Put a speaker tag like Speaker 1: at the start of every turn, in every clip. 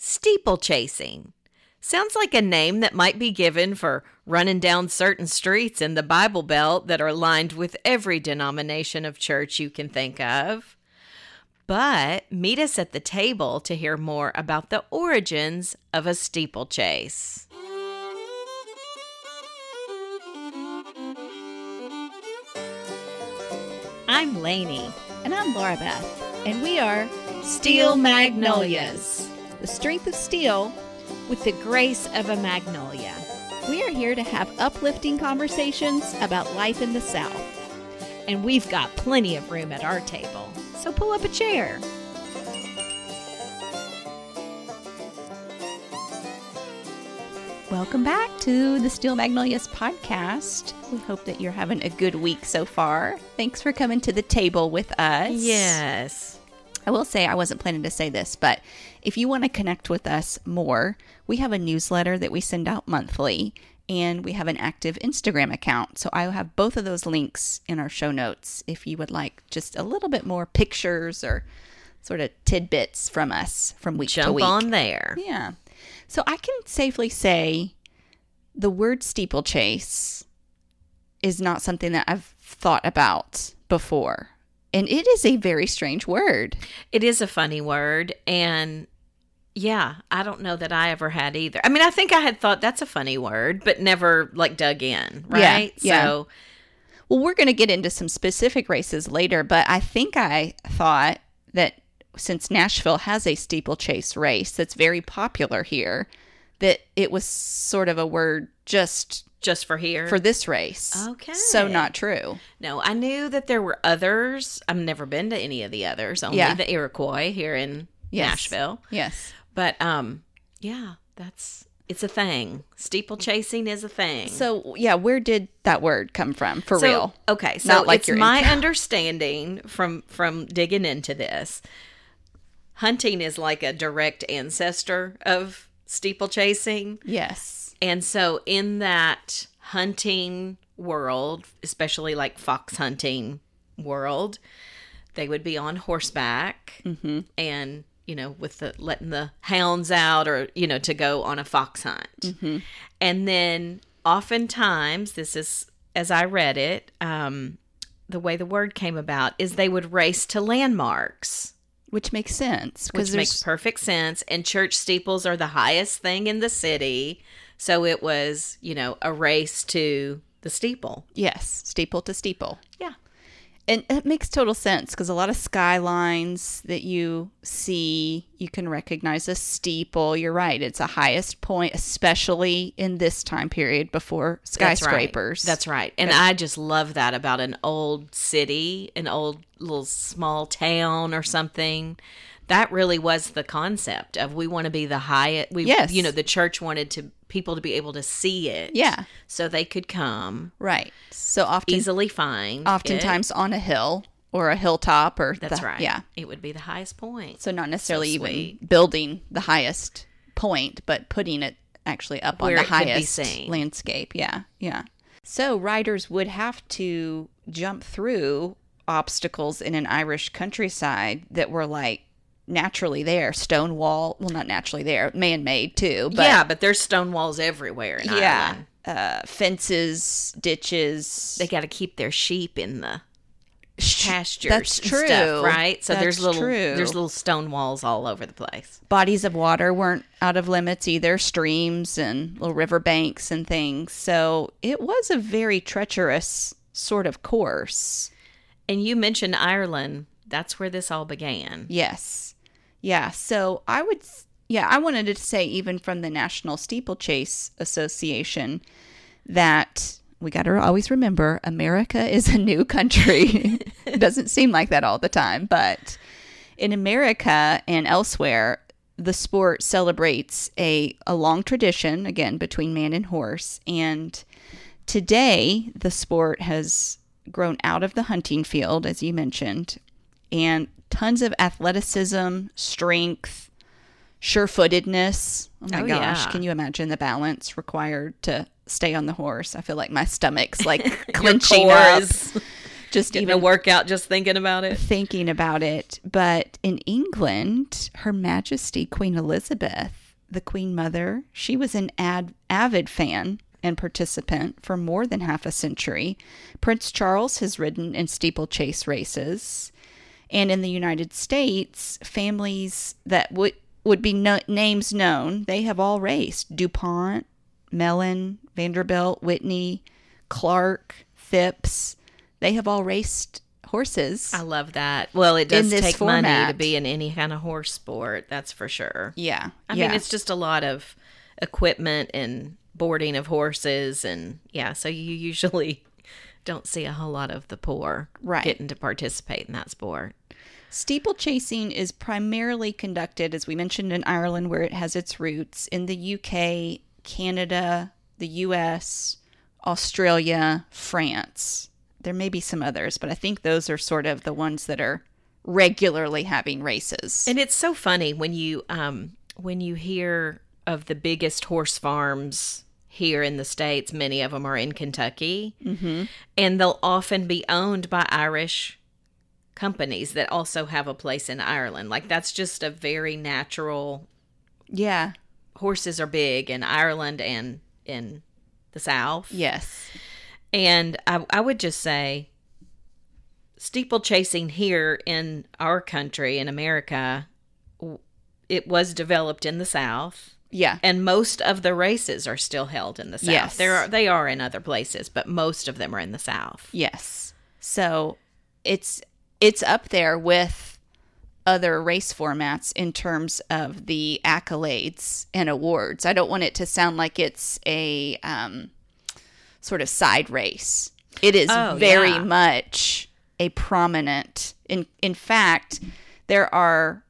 Speaker 1: Steeplechasing. Sounds like a name that might be given for running down certain streets in the Bible Belt that are lined with every denomination of church you can think of. But meet us at the table to hear more about the origins of a steeplechase.
Speaker 2: I'm Lainey. And I'm Laura Beth. And we are Steel Magnolias. The strength of steel with the grace of a magnolia. We are here to have uplifting conversations about life in the South. And we've got plenty of room at our table. So pull up a chair. Welcome back to the Steel Magnolias podcast. We hope that you're having a good week so far. Thanks for coming to the table with us.
Speaker 1: Yes.
Speaker 2: I will say I wasn't planning to say this, but if you want to connect with us more, we have a newsletter that we send out monthly and we have an active Instagram account. So I will have both of those links in our show notes if you would like just a little bit more pictures or sort of tidbits from us from week to
Speaker 1: Jump
Speaker 2: week.
Speaker 1: on there.
Speaker 2: Yeah. So I can safely say the word steeplechase is not something that I've thought about before. And it is a very strange word.
Speaker 1: It is a funny word. And yeah, I don't know that I ever had either. I mean, I think I had thought that's a funny word, but never like dug in,
Speaker 2: Yeah,
Speaker 1: right?
Speaker 2: yeah.
Speaker 1: So,
Speaker 2: Well, we're going to get into some specific races later, but I think I thought that since Nashville has a steeplechase race that's very popular here, that it was sort of a word just
Speaker 1: just for here.
Speaker 2: for this race.
Speaker 1: Okay.
Speaker 2: So not true.
Speaker 1: no, I knew that there were others. I've never been to any of the others, only
Speaker 2: Yeah.
Speaker 1: the Iroquois here in
Speaker 2: Yes.
Speaker 1: Nashville.
Speaker 2: Yes.
Speaker 1: But um yeah, that's it's a thing. Steeplechasing is a thing.
Speaker 2: So yeah, where did that word come from? For
Speaker 1: Mm. So-
Speaker 2: real?
Speaker 1: Okay, so
Speaker 2: Not like
Speaker 1: it's
Speaker 2: your
Speaker 1: my
Speaker 2: intro.
Speaker 1: understanding from from digging into this. Hunting is like a direct ancestor of steeplechasing,
Speaker 2: Yes.
Speaker 1: and so in that hunting world, especially like fox hunting world, they would be on horseback and you know with the letting the hounds out or you know to go on a fox hunt and then oftentimes this is as i read it um, the way the word came about is they would race to landmarks
Speaker 2: Which makes sense
Speaker 1: which
Speaker 2: because
Speaker 1: makes
Speaker 2: there's
Speaker 1: perfect sense and church steeples are the highest thing in the city so it was you know a race to the steeple
Speaker 2: yes, steeple to steeple.
Speaker 1: yeah
Speaker 2: And it makes total sense because a lot of skylines that you see, you can recognize a steeple. You're right. It's a highest point, especially in this time period before
Speaker 1: That's right.
Speaker 2: skyscrapers.
Speaker 1: That's right. And I just love that about an old city, an old little small town or something. That really was the concept of we want to be the highest. We,
Speaker 2: Yes.
Speaker 1: you know, the church wanted to people to be able to see it.
Speaker 2: Yeah.
Speaker 1: So they could come
Speaker 2: Right. So often,
Speaker 1: easily find. it.
Speaker 2: oftentimes on a hill or a hilltop or
Speaker 1: That's
Speaker 2: the-
Speaker 1: right.
Speaker 2: Yeah.
Speaker 1: It would be the highest point.
Speaker 2: So not necessarily even
Speaker 1: sweet.
Speaker 2: building the highest point, but putting it actually up
Speaker 1: Where
Speaker 2: on
Speaker 1: it
Speaker 2: the
Speaker 1: could be
Speaker 2: highest
Speaker 1: seen.
Speaker 2: landscape. Yeah, yeah. So riders would have to jump through obstacles in an Irish countryside that were like naturally there, stone wall. Well, not naturally there, man-made too. But
Speaker 1: yeah, but there's stone walls everywhere in
Speaker 2: yeah.
Speaker 1: Ireland.
Speaker 2: Uh, fences, ditches.
Speaker 1: They got to keep their sheep in the pastures
Speaker 3: that's
Speaker 1: and
Speaker 3: true.
Speaker 1: stuff, right? So there's
Speaker 2: That's
Speaker 1: little
Speaker 2: true.
Speaker 1: there's little stone walls all over the place.
Speaker 2: Bodies of water weren't out of limits either, streams and little river banks and things. So it was a very treacherous sort of course.
Speaker 1: And you mentioned Ireland. That's where this all began.
Speaker 2: Yes. Yeah. So I would, s- yeah, I wanted to say, even from the National Steeplechase Association, that we got to always remember America is a new country. it doesn't seem like that all the time, but in America and elsewhere, the sport celebrates a, a long tradition, again, between man and horse. And today, the sport has grown out of the hunting field, as you mentioned, and tons of athleticism, strength, sure footedness. Oh my
Speaker 1: Oh,
Speaker 2: gosh,
Speaker 1: yeah.
Speaker 2: can you imagine the balance required to stay on the horse? I feel like my stomach's like clenching up. Just
Speaker 1: getting
Speaker 2: even
Speaker 1: a workout just thinking about it.
Speaker 2: thinking about it. But in England, Her Majesty Queen Elizabeth, the Queen Mother, she was an ad- avid fan and participant for more than half a century. Prince Charles has ridden in steeplechase races. And in the United States, families that would would be no- names known, they have all raced. DuPont, Mellon, Vanderbilt, Whitney, Clark, Phipps, they have all raced horses.
Speaker 1: I love that. Well, it does
Speaker 2: In this
Speaker 1: take money to
Speaker 2: format.
Speaker 1: be in any kind of horse sport, that's for sure.
Speaker 2: Yeah.
Speaker 1: I
Speaker 2: yeah.
Speaker 1: mean, it's just a lot of equipment and boarding of horses, and yeah, so you usually don't see a whole lot of the poor
Speaker 2: Right.
Speaker 1: getting to participate in that sport.
Speaker 2: steeplechasing is primarily conducted, as we mentioned, in Ireland, where it has its roots, in the UK, Canada, the US, Australia, France. There may be some others, but I think those are sort of the ones that are regularly having races.
Speaker 1: And it's so funny when you um when you hear of the biggest horse farms here in the states, many of them are in Kentucky,
Speaker 2: mm-hmm.
Speaker 1: and they'll often be owned by Irish companies that also have a place in Ireland. Like that's just a very natural
Speaker 2: Yeah.
Speaker 1: horses are big in Ireland and in the South.
Speaker 2: Yes.
Speaker 1: And I, I would just say steeplechasing here in our country, in America, w- it was developed in the South.
Speaker 2: Yeah.
Speaker 1: And most of the races are still held in the South.
Speaker 2: Yes.
Speaker 1: There are, they are in other places, but most of them are in the South.
Speaker 2: Yes. So it's it's up there with other race formats in terms of the accolades and awards. I don't want it to sound like it's a um, sort of side race. It is
Speaker 1: Oh,
Speaker 2: very
Speaker 1: yeah.
Speaker 2: much a prominent. In in fact, there are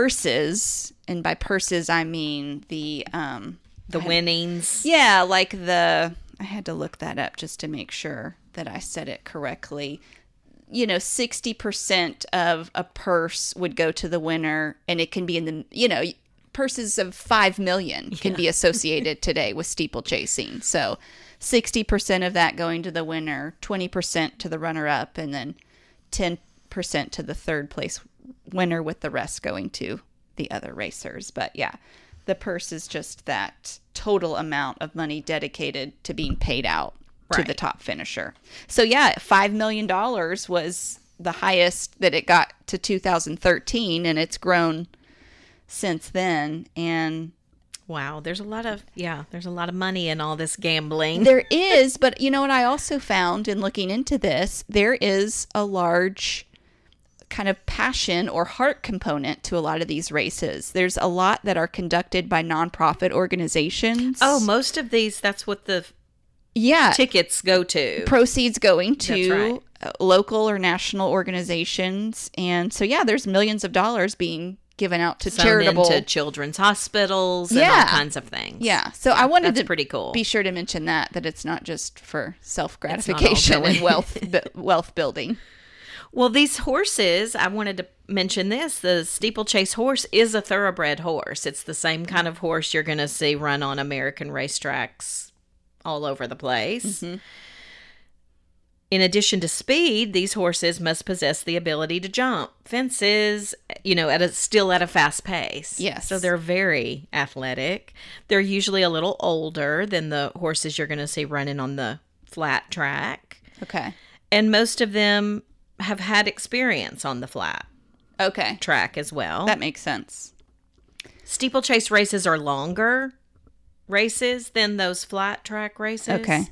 Speaker 2: purses, and by purses I mean the um,
Speaker 1: The winnings.
Speaker 2: yeah, like the I had to look that up just to make sure that I said it correctly. You know, 60% of a purse would go to the winner and it can be in the, you know, purses of 5 million can be associated today with steeplechasing. So, 60% of that going to the winner, 20% to the runner up and then 10% to the third place winner with the rest going to the other racers. But yeah, the purse is just that total amount of money dedicated to being paid out to the
Speaker 1: Right.
Speaker 2: top finisher. So yeah, 5 million dollars was the highest that it got to 2013 and it's grown since then and
Speaker 1: Wow. There's a lot of, yeah, there's a lot of money in all this gambling.
Speaker 2: There is, but you know what I also found in looking into this, there is a large kind of passion or heart component to a lot of these races. There's a lot that are conducted by nonprofit organizations.
Speaker 1: oh, most of these, that's what the
Speaker 2: yeah.
Speaker 1: tickets go to.
Speaker 2: Proceeds going to
Speaker 1: right.
Speaker 2: uh, local or national organizations. And so yeah, there's millions of dollars being given out to
Speaker 1: sewn
Speaker 2: charitable
Speaker 1: into children's hospitals and all
Speaker 2: Yeah.
Speaker 1: kinds of things.
Speaker 2: Yeah. So I wanted
Speaker 1: that's
Speaker 2: to
Speaker 1: pretty cool.
Speaker 2: Be sure to mention that that it's not just for self
Speaker 1: all
Speaker 2: gratification and
Speaker 1: going-
Speaker 2: wealth bu- wealth building.
Speaker 1: Well, these horses, I wanted to mention this. The steeplechase horse is a thoroughbred horse. It's the same kind of horse you're going to see run on American racetracks all over the place. In addition to speed, these horses must possess the ability to jump fences, you know, at a still at a fast pace.
Speaker 2: Yes.
Speaker 1: So they're very athletic. They're usually a little older than the horses you're going to see running on the flat track
Speaker 2: Okay.
Speaker 1: and most of them have had experience on the flat
Speaker 2: Okay.
Speaker 1: track as well.
Speaker 2: That makes sense.
Speaker 1: Steeplechase races are longer races than those flat track races.
Speaker 2: Okay.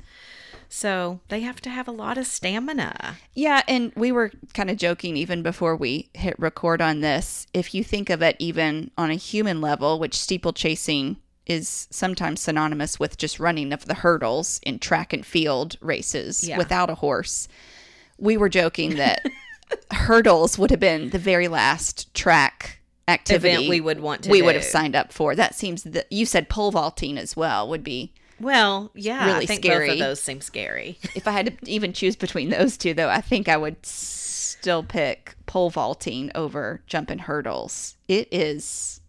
Speaker 1: So they have to have a lot of stamina.
Speaker 2: Yeah, and we were kind of joking even before we hit record on this. If you think of it even on a human level, which steeplechasing is sometimes synonymous with just running of the hurdles in track and field races
Speaker 1: Yeah.
Speaker 2: without a horse, we were joking that hurdles would have been the very last track activity
Speaker 1: Event we would want to
Speaker 2: we would have
Speaker 1: do.
Speaker 2: signed up for. That seems that you said pole vaulting as well would be
Speaker 1: Well, yeah,
Speaker 2: Really
Speaker 1: I think both
Speaker 2: scary.
Speaker 1: of those seem scary.
Speaker 2: if I had to even choose between those two, though, I think I would still pick pole vaulting over jumping hurdles. It is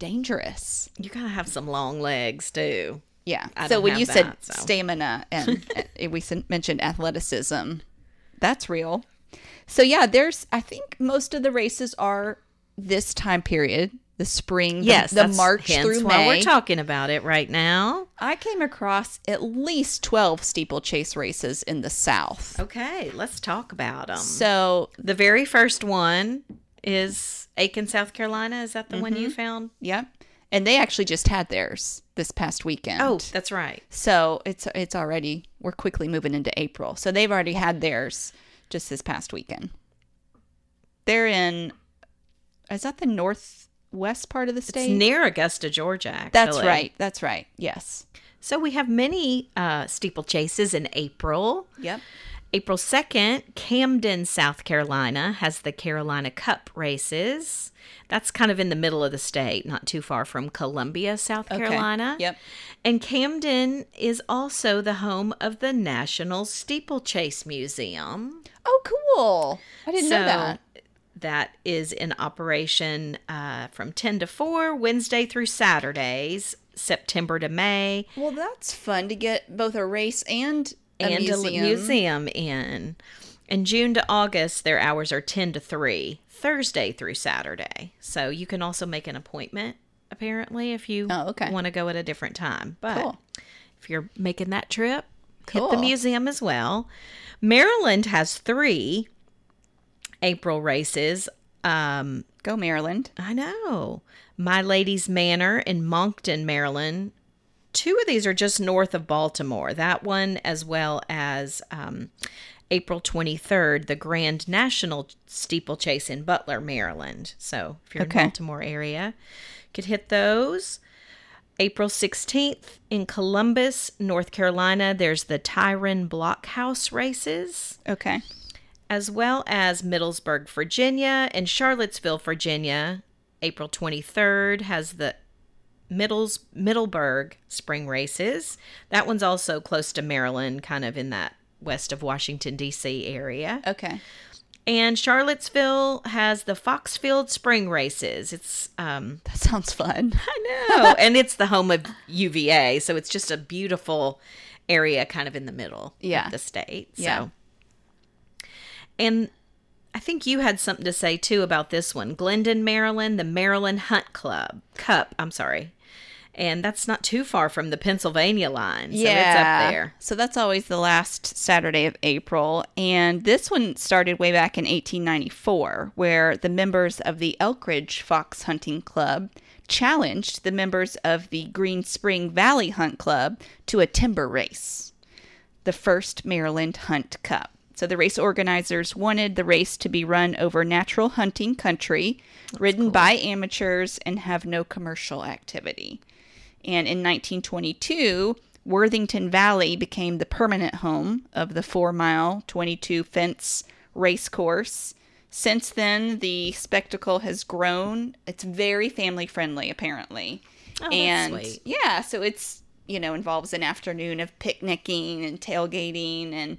Speaker 2: dangerous.
Speaker 1: You gotta have some long legs too.
Speaker 2: Yeah.
Speaker 1: I
Speaker 2: so
Speaker 1: don't
Speaker 2: when
Speaker 1: have
Speaker 2: you said
Speaker 1: that, so.
Speaker 2: stamina and uh, we sen- mentioned athleticism, that's real. So yeah, there's I think most of the races are this time period, the spring, the- the,
Speaker 1: that's
Speaker 2: March
Speaker 1: hence
Speaker 2: through
Speaker 1: why
Speaker 2: May.
Speaker 1: we're talking about it right now.
Speaker 2: I came across at least 12 steeplechase races in the
Speaker 1: Oh,
Speaker 2: South.
Speaker 1: Okay, let's talk about them.
Speaker 2: So
Speaker 1: the very first one is Aiken, South Carolina. Is that the one
Speaker 2: Mm-hmm.
Speaker 1: you found?
Speaker 2: Yep. And they actually just had theirs this past weekend.
Speaker 1: Oh, that's right.
Speaker 2: so it's it's already we're quickly moving into April. So they've already had theirs just this past weekend. They're in is that the northwest part of the
Speaker 1: It's
Speaker 2: state?
Speaker 1: near Augusta, Georgia. Actually.
Speaker 2: That's right. That's right. Yes.
Speaker 1: So we have many uh, steeplechases in April.
Speaker 2: Yep.
Speaker 1: April 2nd, Camden, South Carolina has the Carolina Cup races. That's kind of in the middle of the state, not too far from Columbia, South
Speaker 2: Okay.
Speaker 1: Carolina.
Speaker 2: Yep.
Speaker 1: And Camden is also the home of the National Steeplechase Museum.
Speaker 2: Oh, cool. I didn't know
Speaker 1: So,
Speaker 2: that.
Speaker 1: That is in operation uh, from 10 to 4, Wednesday through Saturdays, September to May,
Speaker 2: Well, that's fun to get both a race and a
Speaker 1: and a li-
Speaker 2: museum.
Speaker 1: museum in. In June to August, their hours are 10 to 3, Thursday through Saturday. So you can also make an appointment, apparently, if you
Speaker 2: Oh, okay.
Speaker 1: want to go at a different time. But
Speaker 2: Cool.
Speaker 1: if you're making that trip, hit
Speaker 2: Cool.
Speaker 1: the museum as well. Maryland has three April races. Um,
Speaker 2: Go Maryland.
Speaker 1: I know. My Lady's Manor in Moncton, Maryland. Two of these are just north of Baltimore. That one, as well as um, April 23rd, the Grand National Steeplechase in Butler, Maryland. So if you're
Speaker 2: Okay.
Speaker 1: in Baltimore area, you could hit those. April 16th in Columbus, North Carolina, there's the Tyron Blockhouse races
Speaker 2: Okay.
Speaker 1: as well as Middlesburg, Virginia, and Charlottesville, Virginia. April 23rd has the Middles Middleburg Spring Races. That one's also close to Maryland, kind of in that west of Washington D.C. area.
Speaker 2: Okay.
Speaker 1: And Charlottesville has the Foxfield Spring Races. It's um
Speaker 2: That sounds fun.
Speaker 1: I know, and it's the home of UVA, so it's just a beautiful area kind of in the middle
Speaker 2: Yeah.
Speaker 1: of the state. So.
Speaker 2: Yeah.
Speaker 1: And I think you had something to say too about this one. Glendon, Maryland, the Maryland Hunt Club Cup, I'm sorry. And that's not too far from the Pennsylvania line. So it's up there.
Speaker 2: So that's always the last Saturday of April. And this one started way back in 1894, where the members of the Elkridge Fox Hunting Club challenged the members of the Green Spring Valley Hunt Club to a timber race, the first Maryland Hunt Cup. So the race organizers wanted the race to be run over natural hunting country, ridden by amateurs, and have no commercial activity. And in 1922, Worthington Valley became the permanent home of the four mile, 22 fence race course. Since then, the spectacle has grown. It's very family friendly, apparently.
Speaker 1: Oh, that's
Speaker 2: and
Speaker 1: sweet.
Speaker 2: yeah, so it's, you know, involves an afternoon of picnicking and tailgating and,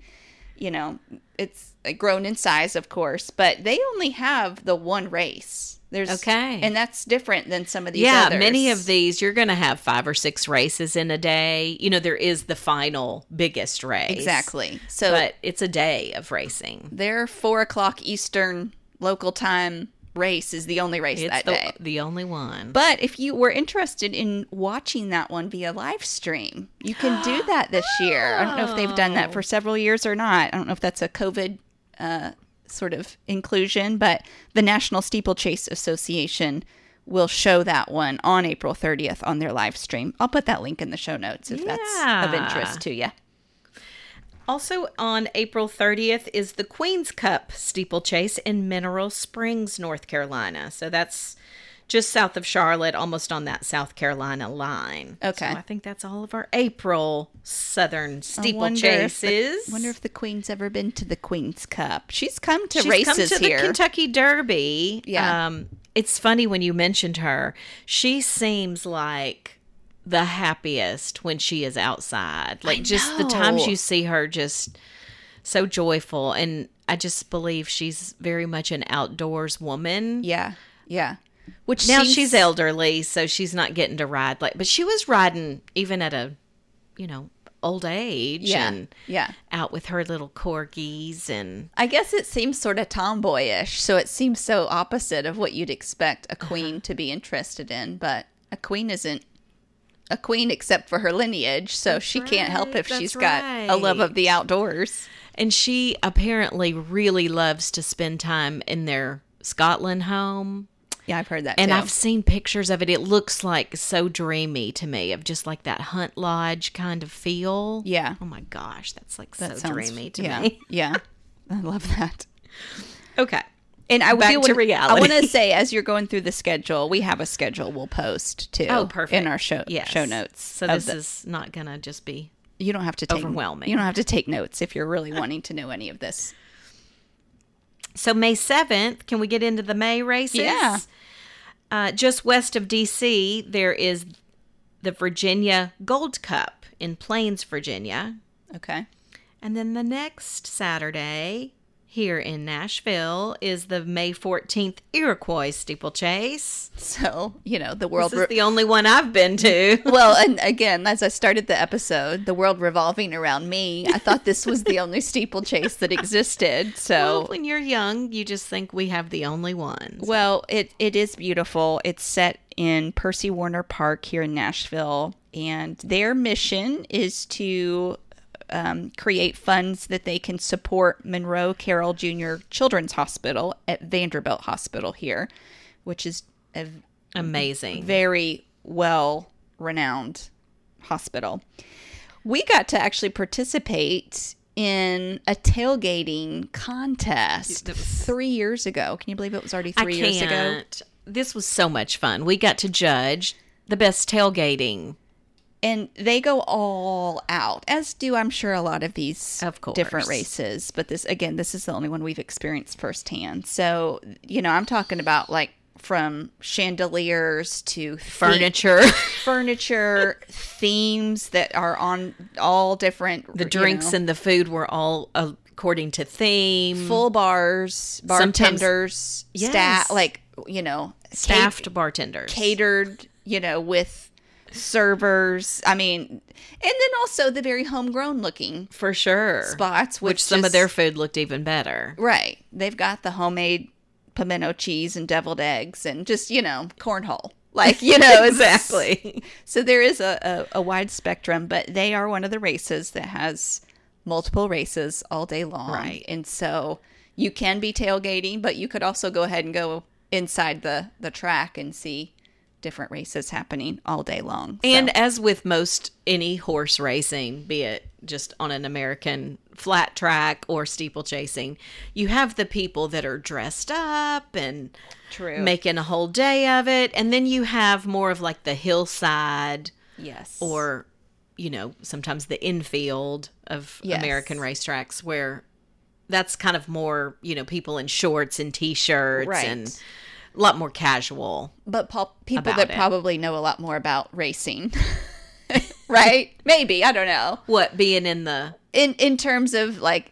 Speaker 2: you know, it's uh, grown in size, of course, but they only have the one race. There's
Speaker 1: Okay.
Speaker 2: And that's different than some of these
Speaker 1: yeah,
Speaker 2: others.
Speaker 1: many of these you're going to have five or six races in a day. You know, there is the final biggest race.
Speaker 2: Exactly. So
Speaker 1: But it's a day of racing.
Speaker 2: their four o'clock Eastern local time race is the only race
Speaker 1: It's
Speaker 2: that
Speaker 1: the,
Speaker 2: day.
Speaker 1: the only one.
Speaker 2: But if you were interested in watching that one via live stream, you can do
Speaker 1: Oh.
Speaker 2: that this year. I don't know if they've done that for several years or not. I don't know if that's a COVID uh, sort of inclusion, but the National Steeplechase Association will show that one on April 30th on their live stream. I'll put that link in the show notes if that's of interest to you.
Speaker 1: Also on April 30th is the Queen's Cup steeplechase in Mineral Springs, North Carolina. So that's just south of Charlotte, almost on that South Carolina line.
Speaker 2: Okay.
Speaker 1: So I think that's all of our April Southern
Speaker 2: I wonder if the-
Speaker 1: steeplechases.
Speaker 2: Wonder if the Queen's ever been to the Queen's Cup. She's come to
Speaker 1: She's
Speaker 2: races
Speaker 1: come to
Speaker 2: here.
Speaker 1: the Kentucky Derby.
Speaker 2: Yeah.
Speaker 1: Um, it's funny when you mentioned her. She seems like the happiest when she is outside. Like just the times
Speaker 2: know.
Speaker 1: you see her just so joyful and I just believe she's very much an outdoors woman.
Speaker 2: yeah, yeah. Which
Speaker 1: Now
Speaker 2: seems-
Speaker 1: she's elderly, so she's not getting to ride like but she was riding even at a you know, old age
Speaker 2: Yeah,
Speaker 1: and
Speaker 2: yeah.
Speaker 1: out with her little corgis and
Speaker 2: I guess it seems sort of tomboyish, so it seems so opposite of what you'd expect a queen to be interested in. But a queen isn't a queen except for her lineage, so she can't help
Speaker 1: right,
Speaker 2: if she's
Speaker 1: that's
Speaker 2: got a love
Speaker 1: right.
Speaker 2: of the outdoors.
Speaker 1: And she apparently really loves to spend time in their Scotland home.
Speaker 2: Yeah, I've heard that.
Speaker 1: And
Speaker 2: too.
Speaker 1: I've seen pictures of it. It looks like so dreamy to me of just like that hunt lodge kind of feel.
Speaker 2: Yeah.
Speaker 1: Oh my gosh, that's like
Speaker 2: That
Speaker 1: so
Speaker 2: sounds-
Speaker 1: dreamy to
Speaker 2: yeah,
Speaker 1: me.
Speaker 2: yeah, I love that.
Speaker 1: Okay.
Speaker 2: And I
Speaker 1: Back
Speaker 2: do
Speaker 1: to
Speaker 2: wanna, I
Speaker 1: reality.
Speaker 2: want to say, as you're going through the schedule, we have a schedule we'll post too.
Speaker 1: Oh, perfect.
Speaker 2: in our show
Speaker 1: Yes.
Speaker 2: show notes.
Speaker 1: So
Speaker 2: of
Speaker 1: this
Speaker 2: the-
Speaker 1: is not going to just be
Speaker 2: you don't have to take
Speaker 1: overwhelming.
Speaker 2: You don't have to take notes if you're really wanting to know any of this.
Speaker 1: So May 7th, can we get into the May races?
Speaker 2: Yeah.
Speaker 1: Uh, just west of DC, there is the Virginia Gold Cup in Plains, Virginia.
Speaker 2: Okay.
Speaker 1: And then the next Saturday here in Nashville is the May 14th Iroquois steeplechase.
Speaker 2: So, you know, the
Speaker 1: This
Speaker 2: world.
Speaker 1: is
Speaker 2: Re-
Speaker 1: the only one I've been to.
Speaker 2: well, and again, as I started the episode, the world revolving around me, I thought this was the only steeplechase that existed.
Speaker 1: Well,
Speaker 2: So,
Speaker 1: when you're young, you just think we have the only one.
Speaker 2: well, it, it is beautiful. It's set in Percy Warner Park here in Nashville, and their mission is to um, create funds that they can support Monroe Carroll Jr. Children's Hospital at Vanderbilt Hospital here, which is a
Speaker 1: Amazing.
Speaker 2: very well renowned hospital. We got to actually participate in a tailgating contest three years ago. Can you believe it was already three
Speaker 1: I
Speaker 2: years ago?
Speaker 1: can't. This was so much fun. We got to judge the best tailgating.
Speaker 2: And they go all out, as do I'm sure a lot of these
Speaker 1: Of course.
Speaker 2: different races. But this again, this is the only one we've experienced firsthand. So you know, I'm talking about like from chandeliers to furniture.
Speaker 1: Furniture.
Speaker 2: furniture themes that are on all different
Speaker 1: the drinks and the food were all uh, according to theme.
Speaker 2: full bars
Speaker 1: Sometimes-
Speaker 2: bartenders staff
Speaker 1: Yes.
Speaker 2: like you know
Speaker 1: staffed bartenders.
Speaker 2: ca- catered you know with servers i mean and then also the very homegrown looking
Speaker 1: for sure.
Speaker 2: spots
Speaker 1: which
Speaker 2: with
Speaker 1: some of
Speaker 2: just-
Speaker 1: their food looked even better.
Speaker 2: right they've got the homemade pimento cheese and deviled eggs and just you know cornhole like you know it's- So there is a, a, a wide spectrum, but they are one of the races that has multiple races all day long.
Speaker 1: Right.
Speaker 2: And so you can be tailgating, but you could also go ahead and go inside the, the track and see different races happening all day long. So-
Speaker 1: And as with most any horse racing, be it just on an American flat track or steeplechasing, you have the people that are dressed up and
Speaker 2: True.
Speaker 1: making a whole day of it, and then you have more of like the hillside
Speaker 2: yes.
Speaker 1: or you know sometimes the infield of
Speaker 2: Yes.
Speaker 1: American racetracks where that's kind of more you know people in shorts and t-shirts
Speaker 2: Right.
Speaker 1: and a lot more casual.
Speaker 2: but po- people
Speaker 1: About
Speaker 2: that
Speaker 1: it.
Speaker 2: probably know a lot more about racing. right? Maybe, I don't know.
Speaker 1: What being in the
Speaker 2: In in terms of like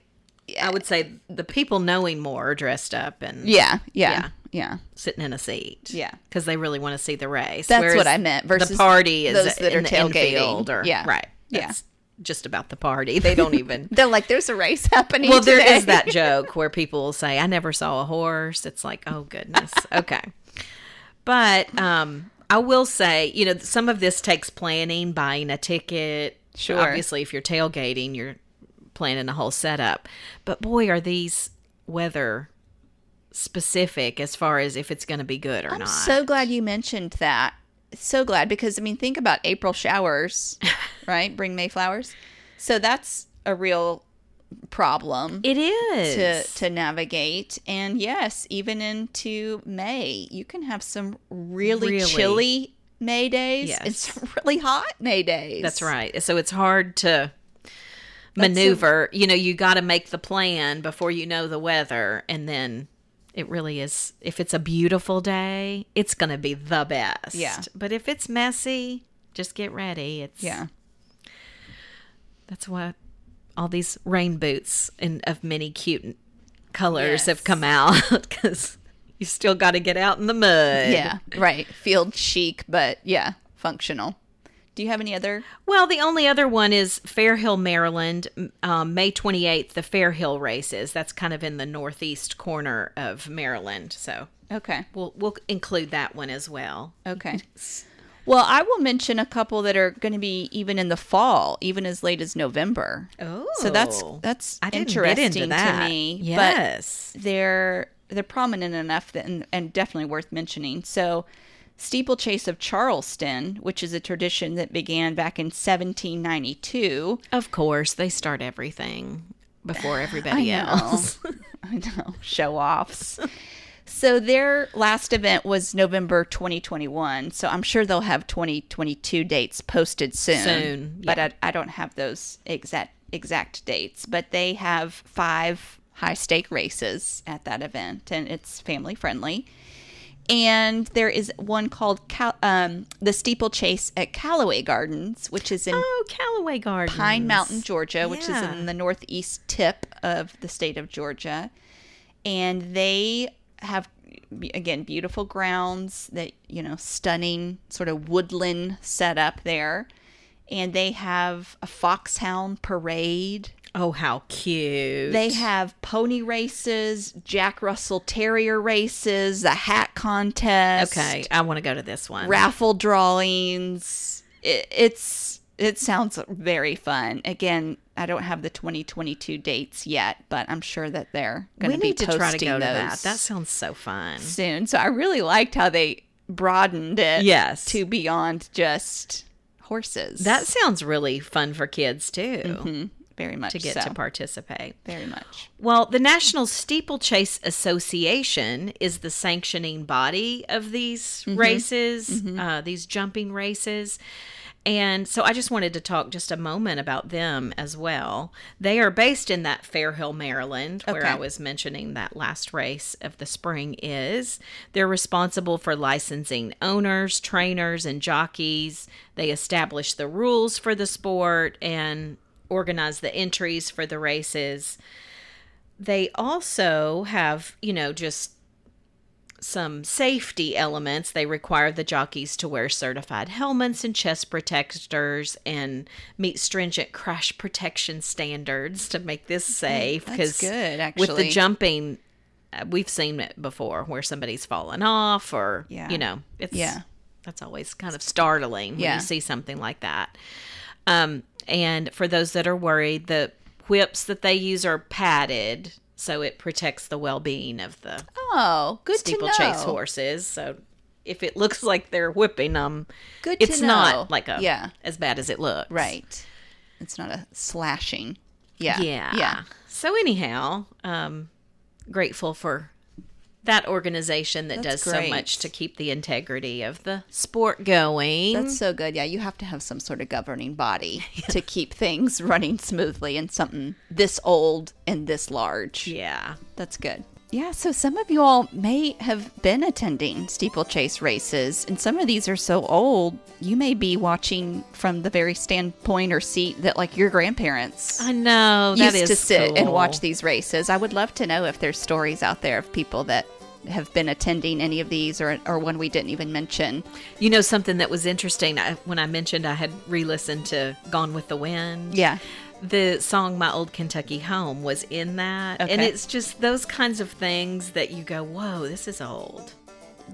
Speaker 1: I would say the people knowing more are dressed up and
Speaker 2: yeah, yeah,
Speaker 1: Yeah.
Speaker 2: yeah.
Speaker 1: sitting in a seat.
Speaker 2: Yeah.
Speaker 1: because they really want to see the race.
Speaker 2: That's what I meant, versus
Speaker 1: the party is
Speaker 2: those that
Speaker 1: in
Speaker 2: are
Speaker 1: the
Speaker 2: tailgating.
Speaker 1: infield or
Speaker 2: Yeah.
Speaker 1: right.
Speaker 2: Yeah.
Speaker 1: That's just about the party. They don't even.
Speaker 2: They're like there's a race happening
Speaker 1: well, there
Speaker 2: today.
Speaker 1: is that joke where people will say, "I never saw a horse." It's like, oh goodness, okay. But um, I will say, you know, some of this takes planning, buying a ticket.
Speaker 2: Sure.
Speaker 1: Obviously, if you're tailgating, you're planning a whole setup. But boy, are these weather specific as far as if it's going to be good or
Speaker 2: I'm
Speaker 1: not.
Speaker 2: so glad you mentioned that. So glad because I mean, think about April showers, right? Bring May flowers. So that's a real problem
Speaker 1: it is.
Speaker 2: to to navigate. And yes, even into May, you can have some really,
Speaker 1: Really.
Speaker 2: chilly May days and
Speaker 1: Yes.
Speaker 2: some really hot May days.
Speaker 1: That's right. So it's hard to maneuver. you know, you got to make the plan before you know the weather. And then it really is, if it's a beautiful day, it's going to be the best.
Speaker 2: Yeah.
Speaker 1: But if it's messy, just get ready. It's,
Speaker 2: Yeah.
Speaker 1: That's why all these rain boots and of many cute colors have come out because you still got to get out in the mud.
Speaker 2: Yeah. Right. Field chic, but yeah, functional. Do you have any other?
Speaker 1: Well, the only other one is Fairhill, Maryland, m- um, May 28th, the Fairhill races. That's kind of in the northeast corner of Maryland. So
Speaker 2: Okay.
Speaker 1: we'll, we'll include that one as well.
Speaker 2: Okay. Well, I will mention a couple that are going to be even in the fall, even as late as November.
Speaker 1: Oh.
Speaker 2: so that's that's
Speaker 1: I didn't get
Speaker 2: interesting
Speaker 1: into that.
Speaker 2: to me.
Speaker 1: Yes.
Speaker 2: but they're they're prominent enough that, and, and definitely worth mentioning. So, steeplechase of Charleston, which is a tradition that began back in 1792.
Speaker 1: Of course, they start everything before everybody else.
Speaker 2: I know, show offs. so their last event was November 2021. So I'm sure they'll have 2022 dates posted soon.
Speaker 1: Soon,
Speaker 2: but I, I don't have those exact exact dates. But they have five high stake races at that event, and it's family friendly. And there is one called Cal- um, the Steeplechase at Callaway Gardens, which is in
Speaker 1: Oh, Callaway Gardens.
Speaker 2: Pine Mountain, Georgia, which is
Speaker 1: Yeah.
Speaker 2: in the northeast tip of the state of Georgia. And they have, be- again, beautiful grounds that, you know, stunning sort of woodland setup there. And they have a foxhound parade.
Speaker 1: Oh, how cute.
Speaker 2: They have pony races, Jack Russell Terrier races, a hat contest
Speaker 1: Okay, I want to go to this one.
Speaker 2: raffle drawings. It, it's it sounds very fun. Again, I don't have the 2022 dates yet, but I'm sure that they're going
Speaker 1: we
Speaker 2: to be
Speaker 1: need to
Speaker 2: posting
Speaker 1: try to go
Speaker 2: those
Speaker 1: to that. That sounds so fun.
Speaker 2: soon. So I really liked how they broadened it.
Speaker 1: Yes.
Speaker 2: to beyond just horses.
Speaker 1: That sounds really fun for kids too
Speaker 2: Mhm. very much
Speaker 1: to get
Speaker 2: so.
Speaker 1: to participate.
Speaker 2: very much.
Speaker 1: Well, the National Steeplechase Association is the sanctioning body of these races, uh, these jumping races. And so I just wanted to talk just a moment about them as well. They are based in that Fairhill, Maryland, where I
Speaker 2: Okay.
Speaker 1: was mentioning that last race of the spring is. They're responsible for licensing owners, trainers, and jockeys. They establish the rules for the sport and organize the entries for the races they also have, you know, just some safety elements. They require the jockeys to wear certified helmets and chest protectors and meet stringent crash protection standards to make this safe.
Speaker 2: That's
Speaker 1: 'cause
Speaker 2: good,
Speaker 1: With the
Speaker 2: actually.
Speaker 1: jumping, uh, we've seen it before where somebody's fallen off or,
Speaker 2: Yeah.
Speaker 1: you know, it's,
Speaker 2: Yeah.
Speaker 1: that's always kind of startling when
Speaker 2: Yeah.
Speaker 1: you see something like that. Um, and for those that are worried, the whips that they use are padded, so it protects the well-being of the
Speaker 2: Oh, good to know.
Speaker 1: steeplechase horses. So if it looks like they're whipping them,
Speaker 2: Good to
Speaker 1: it's
Speaker 2: know.
Speaker 1: not like a
Speaker 2: Yeah.
Speaker 1: as bad as it looks.
Speaker 2: Right. It's not a slashing. Yeah.
Speaker 1: Yeah.
Speaker 2: Yeah.
Speaker 1: So anyhow, um, grateful for that organization that
Speaker 2: That's
Speaker 1: does so
Speaker 2: great.
Speaker 1: much to keep the integrity of the sport going.
Speaker 2: That's so good. Yeah, you have to have some sort of governing body to keep things running smoothly and something this old and this large.
Speaker 1: yeah.
Speaker 2: That's good. Yeah, so some of you all may have been attending steeplechase races, and some of these are so old, you may be watching from the very standpoint or seat that, like, your grandparents
Speaker 1: I know that is
Speaker 2: used to sit and
Speaker 1: cool.
Speaker 2: watch these races. I would love to know if there's stories out there of people that have been attending any of these or, or one we didn't even mention.
Speaker 1: You know something that was interesting I, when I mentioned I had re-listened to "Gone with the Wind."
Speaker 2: Yeah.
Speaker 1: the song "My Old Kentucky Home" was in that, and
Speaker 2: Okay.
Speaker 1: it's just those kinds of things that you go, "Whoa, this is old."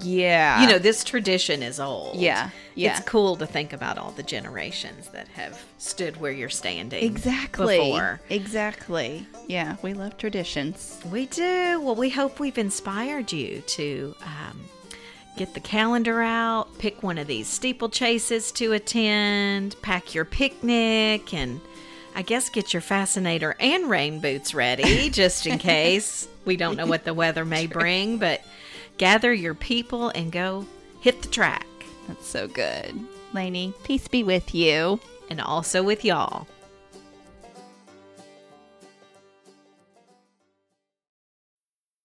Speaker 2: Yeah.
Speaker 1: you know, this tradition is old.
Speaker 2: Uh, Yeah, yeah.
Speaker 1: It's cool to think about all the generations that have stood where you're standing.
Speaker 2: exactly.
Speaker 1: Before.
Speaker 2: Exactly. Yeah, we love traditions.
Speaker 1: We do. Well, we hope we've inspired you to um, get the calendar out, pick one of these steeplechases to attend, pack your picnic, and I guess get your fascinator and rain boots ready just in case. We don't know what the weather may bring, but gather your people and go hit the track.
Speaker 2: That's so good. Lainey, peace be with you.
Speaker 1: And also with y'all.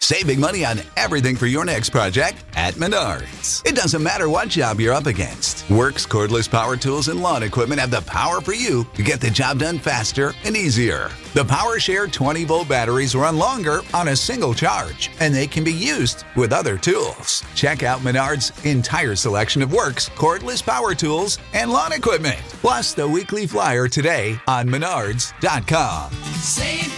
Speaker 4: Saving money on everything for your next project at Menards. It doesn't matter what job you're up against. Works cordless power tools and lawn equipment have the power for you to get the job done faster and easier. The PowerShare 20 volt batteries run longer on a single charge, and they can be used with other tools. Check out Menards' entire selection of Works cordless power tools and lawn equipment, plus the weekly flyer today on Menards.com.
Speaker 5: Save